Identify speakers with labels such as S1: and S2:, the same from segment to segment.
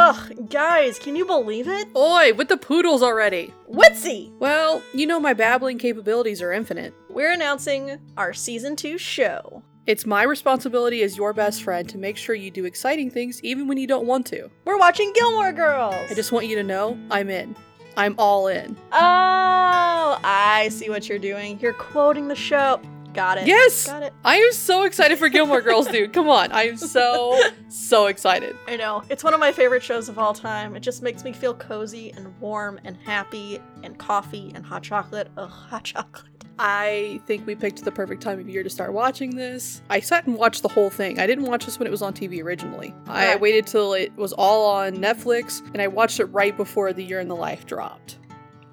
S1: Ugh, guys, can you believe it?
S2: Oi, with the poodles already!
S1: Witsy!
S2: Well, you know my babbling capabilities are infinite.
S1: We're announcing our season two show.
S2: It's my responsibility as your best friend to make sure you do exciting things even when you don't want to.
S1: We're watching Gilmore Girls!
S2: I just want you to know I'm in. I'm all in.
S1: Oh, I see what you're doing. You're quoting the show. Got it.
S2: Yes!
S1: Got it.
S2: I am so excited for Gilmore Girls, dude. Come on. I am so, so excited.
S1: I know. It's one of my favorite shows of all time. It just makes me feel cozy and warm and happy and coffee and hot chocolate. Ugh, hot chocolate.
S2: I think we picked the perfect time of year to start watching this. I sat and watched the whole thing. I didn't watch this when it was on TV originally. I
S1: Right.
S2: waited till it was all on Netflix and I watched it right before The Year in the Life dropped.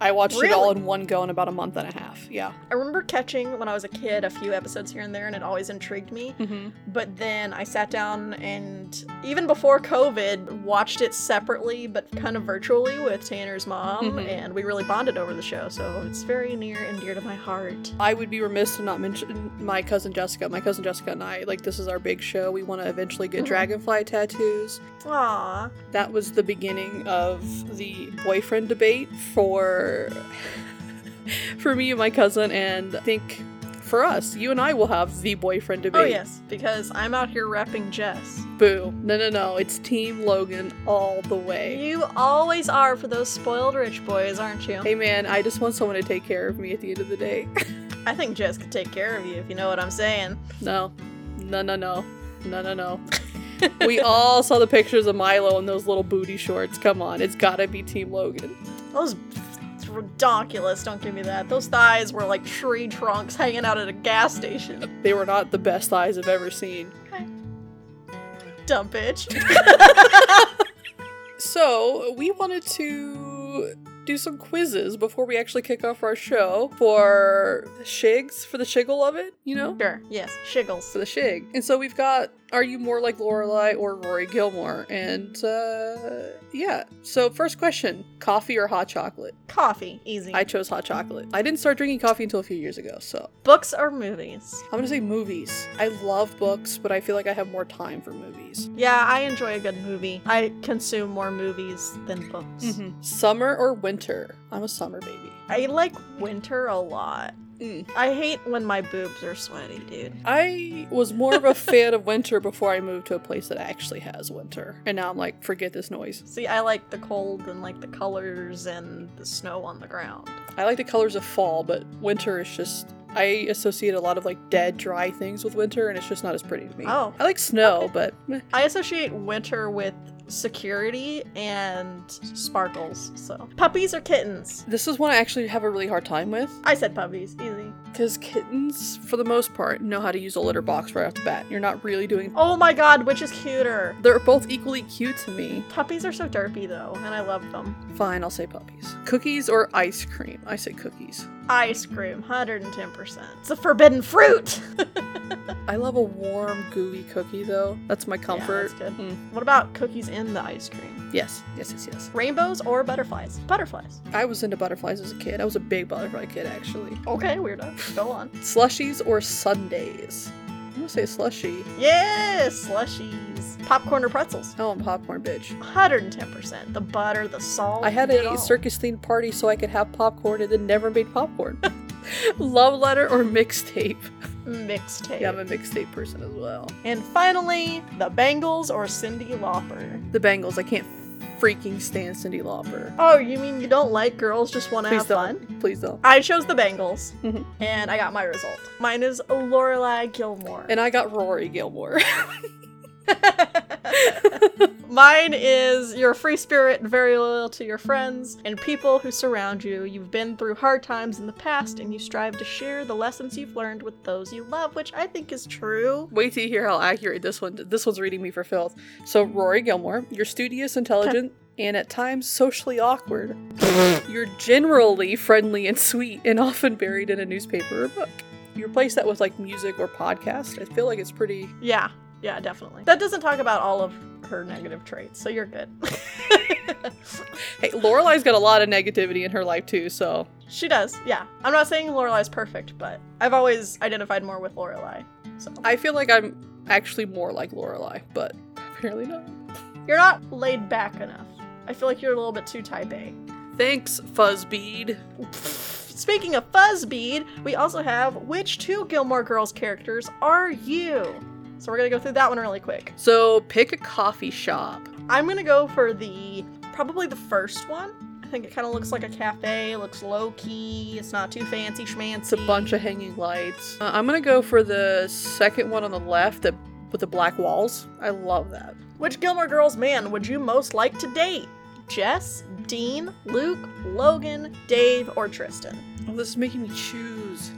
S2: I watched it all
S1: Really?
S2: in one go in about a month and a half. Yeah.
S1: I remember catching when I was a kid a few episodes here and there, and it always intrigued me.
S2: Mm-hmm.
S1: But then I sat down and, even before COVID, watched it separately but kind of virtually with Tanner's mom,
S2: Mhm.
S1: and we really bonded over the show, so it's very near and dear to my heart.
S2: I would be remiss to not mention my cousin Jessica. My cousin Jessica and I, like, this is our big show. We want to eventually get
S1: Mhm.
S2: dragonfly tattoos.
S1: Aww.
S2: That was the beginning of the boyfriend debate for for me and my cousin, and I think for us, you and I will have the boyfriend debate.
S1: Oh, yes, because I'm out here repping Jess.
S2: Boo. No, no, no. It's Team Logan all the way.
S1: You always are for those spoiled rich boys, aren't you?
S2: Hey, man, I just want someone to take care of me at the end of the day.
S1: I think Jess could take care of you if you know what I'm saying.
S2: No, no, no, no, no, no, no. we all saw the pictures of Milo in those little booty shorts. Come on, it's gotta be Team Logan.
S1: Those it's ridiculous, don't give me that. Those thighs were like tree trunks hanging out at a gas station.
S2: They were not the best eyes I've ever seen.
S1: Dumb bitch.
S2: So we wanted to do some quizzes before we actually kick off our show for the shigs, for the shiggle of it, you know?
S1: Sure, yes,
S2: For
S1: shiggles.
S2: the shig. And so we've got Are You More Like Lorelai or Rory Gilmore? And uh yeah. So first question, coffee or hot chocolate?
S1: Coffee, easy.
S2: I chose hot chocolate. I didn't start drinking coffee until a few years ago, so
S1: Books or movies?
S2: I'm gonna say movies. I love books, but I feel like I have more time for movies.
S1: Yeah, I enjoy a good movie. I consume more movies than books.
S2: Mm-hmm. Summer or winter? I'm a summer baby.
S1: I like winter a lot.
S2: Mm.
S1: I hate when my boobs are sweaty, dude.
S2: I was more of a fan of winter before I moved to a place that actually has winter, and now I'm like, forget this noise.
S1: See, I like the cold and like the colors and the snow on the ground.
S2: I like the colors of fall, but winter is just. I associate a lot of like dead, dry things with winter, and it's just not as pretty to me.
S1: Oh.
S2: I like snow,
S1: Okay.
S2: but meh.
S1: I associate winter with security and sparkles. So, puppies or kittens?
S2: this is one I actually have a really hard time with.
S1: I said puppies, easy.
S2: Because kittens, for the most part, know how to use a litter box right off the bat. You're not really doing.
S1: Oh my god, which is cuter?
S2: They're both equally cute to me.
S1: Puppies are so derpy though, and I love them.
S2: Fine, I'll say puppies. Cookies or ice cream? I say cookies.
S1: Ice cream, 110%. It's a forbidden fruit!
S2: I love a warm, gooey cookie though. That's my comfort.
S1: that's good.
S2: Mm.
S1: what about cookies in the ice cream?
S2: Yes, yes, yes, yes.
S1: Rainbows or butterflies? Butterflies.
S2: I was into butterflies as a kid. I was a big butterfly kid actually.
S1: Okay, weirdo. Go on.
S2: Slushies or sundaes? I'm gonna say slushie.
S1: Yes! Slushies. Popcorn or pretzels?
S2: Oh, I'm popcorn bitch.
S1: 110%. The butter, the salt.
S2: I had
S1: it
S2: a
S1: all.
S2: circus themed party so I could have popcorn and then never made popcorn. Love letter or mixtape?
S1: mixtape.
S2: Yeah, I'm a mixtape person as well.
S1: And finally, the Bengals or Cindy Lauper.
S2: The Bengals. I can't freaking stand Cindy Lauper.
S1: Oh, you mean you don't like girls, just want to
S2: Please
S1: have
S2: don't.
S1: fun?
S2: Please don't.
S1: I chose the Bengals,
S2: Mhm.
S1: and I got my result. Mine is Lorelai Gilmore.
S2: And I got Rory Gilmore.
S1: Mine is you're a free spirit and very loyal to your friends and people who surround you. You've been through hard times in the past, and you strive to share the lessons you've learned with those you love, which I think is true.
S2: Wait till you hear how accurate this one. This one's reading me for filth. So Rory Gilmore, you're studious, intelligent, and at times socially awkward. you're generally friendly and sweet, and often buried in a newspaper or book. You replace that with like music or podcast. I feel like it's pretty.
S1: Yeah, yeah, definitely. That doesn't talk about all of her negative traits, so you're good.
S2: Hey, Lorelai's got a lot of negativity in her life too. So
S1: she does, yeah. I'm not saying Lorelai's perfect, but I've always identified more with Lorelai. So
S2: I feel like I'm actually more like Lorelai, but apparently not.
S1: You're not laid back enough. I feel like you're a little bit too type A.
S2: Thanks, Fuzzbead.
S1: Speaking of Fuzzbead, we also have which two Gilmore Girls characters are you? So we're gonna go through that one really quick.
S2: So pick a coffee shop.
S1: I'm gonna go for the probably the first one. I think it kind of looks like a cafe. It looks low key. It's not too fancy schmancy.
S2: It's a bunch of hanging lights. Uh, I'm gonna go for the second one on the left that with the black walls. I love that.
S1: Which Gilmore Girls man would you most like to date? Jess, Dean, Luke, Logan, Dave, or Tristan?
S2: Oh, this is making me choose.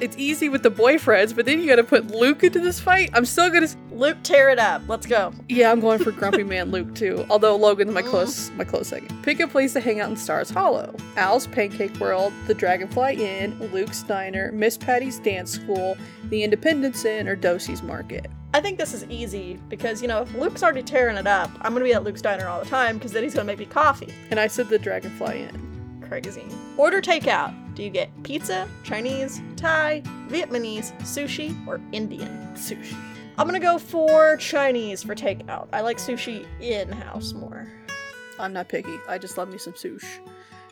S2: It's easy with the boyfriends, but then you gotta put Luke into this fight. I'm still gonna. s-
S1: Luke, tear it up. Let's go.
S2: Yeah, I'm going for Grumpy Man Luke too. Although Logan's my close, my close second. Pick a place to hang out in Stars Hollow: Al's Pancake World, the Dragonfly Inn, Luke's Diner, Miss Patty's Dance School, the Independence Inn, or Dosey's Market.
S1: I think this is easy because, you know, if Luke's already tearing it up, I'm gonna be at Luke's diner all the time because then he's gonna make me coffee.
S2: And I said the Dragonfly Inn.
S1: Crazy. Order takeout. Do you get pizza, Chinese, Thai, Vietnamese, sushi, or Indian?
S2: Sushi.
S1: I'm gonna go for Chinese for takeout. I like sushi in house more.
S2: I'm not picky. I just love me some sush.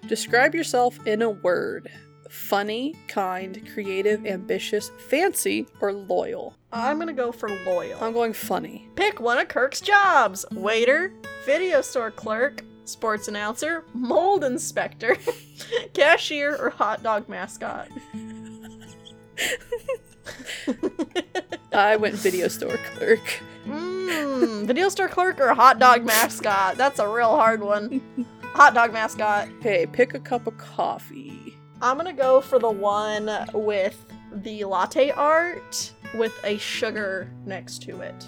S2: Describe yourself in a word. Funny, kind, creative, ambitious, fancy, or loyal.
S1: I'm gonna go for loyal.
S2: I'm going funny.
S1: Pick one of Kirk's jobs waiter, video store clerk, sports announcer, mold inspector, cashier, or hot dog mascot.
S2: I went video store clerk.
S1: Mmm, video store clerk or hot dog mascot? That's a real hard one. Hot dog mascot.
S2: Okay, pick a cup of coffee.
S1: I'm gonna go for the one with the latte art with a sugar next to it.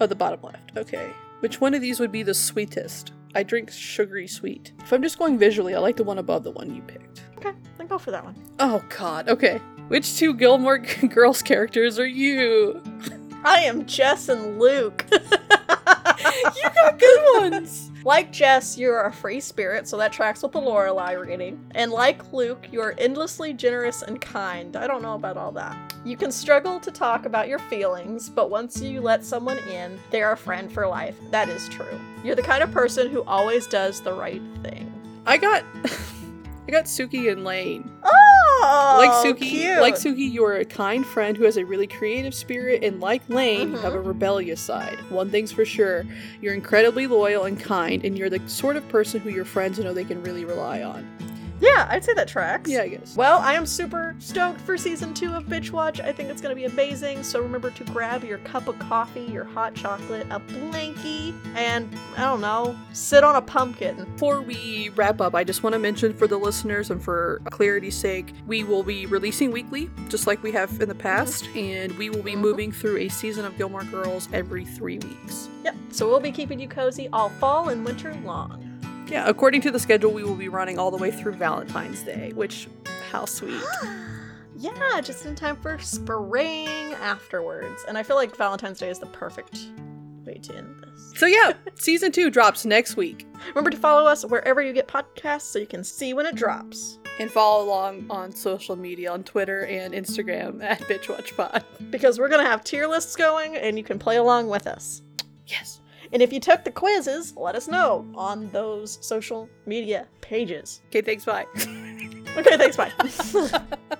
S2: Oh, the bottom left. Okay. Which one of these would be the sweetest? I drink sugary sweet. If I'm just going visually, I like the one above the one you picked.
S1: Okay, then go for that one.
S2: Oh, God. Okay. Which two Gilmore Girls characters are you?
S1: I am Jess and Luke.
S2: you got good ones.
S1: Like Jess, you're a free spirit, so that tracks with the Lorelei reading. And like Luke, you're endlessly generous and kind. I don't know about all that. You can struggle to talk about your feelings, but once you let someone in, they're a friend for life. That is true. You're the kind of person who always does the right thing.
S2: I got I got Suki and Lane.
S1: Oh,
S2: like Suki,
S1: cute.
S2: like Suki, you're a kind friend who has a really creative spirit, and like Lane, you have
S1: Mhm.
S2: a rebellious side. One thing's for sure, you're incredibly loyal and kind, and you're the sort of person who your friends know they can really rely on.
S1: Yeah, I'd say that tracks.
S2: Yeah, I guess.
S1: Well, I am super stoked for season two of Bitch Watch. I think it's going to be amazing. So remember to grab your cup of coffee, your hot chocolate, a blankie, and I don't know, sit on a pumpkin.
S2: Before we wrap up, I just want to mention for the listeners and for clarity's sake, we will be releasing weekly, just like we have in the past, and we will be
S1: Mhm.
S2: moving through a season of Gilmore Girls every three weeks.
S1: Yep. So we'll be keeping you cozy all fall and winter long.
S2: Yeah, according to the schedule, we will be running all the way through Valentine's Day, which, how sweet.
S1: yeah, just in time for spring afterwards. And I feel like Valentine's Day is the perfect way to end this.
S2: So, yeah, season two drops next week.
S1: Remember to follow us wherever you get podcasts so you can see when it drops.
S2: And follow along on social media on Twitter and Instagram at BitchWatchPod.
S1: Because we're going to have tier lists going and you can play along with us.
S2: Yes.
S1: And if you took the quizzes, let us know on those social media pages.
S2: Okay, thanks. Bye.
S1: Okay, thanks, bye.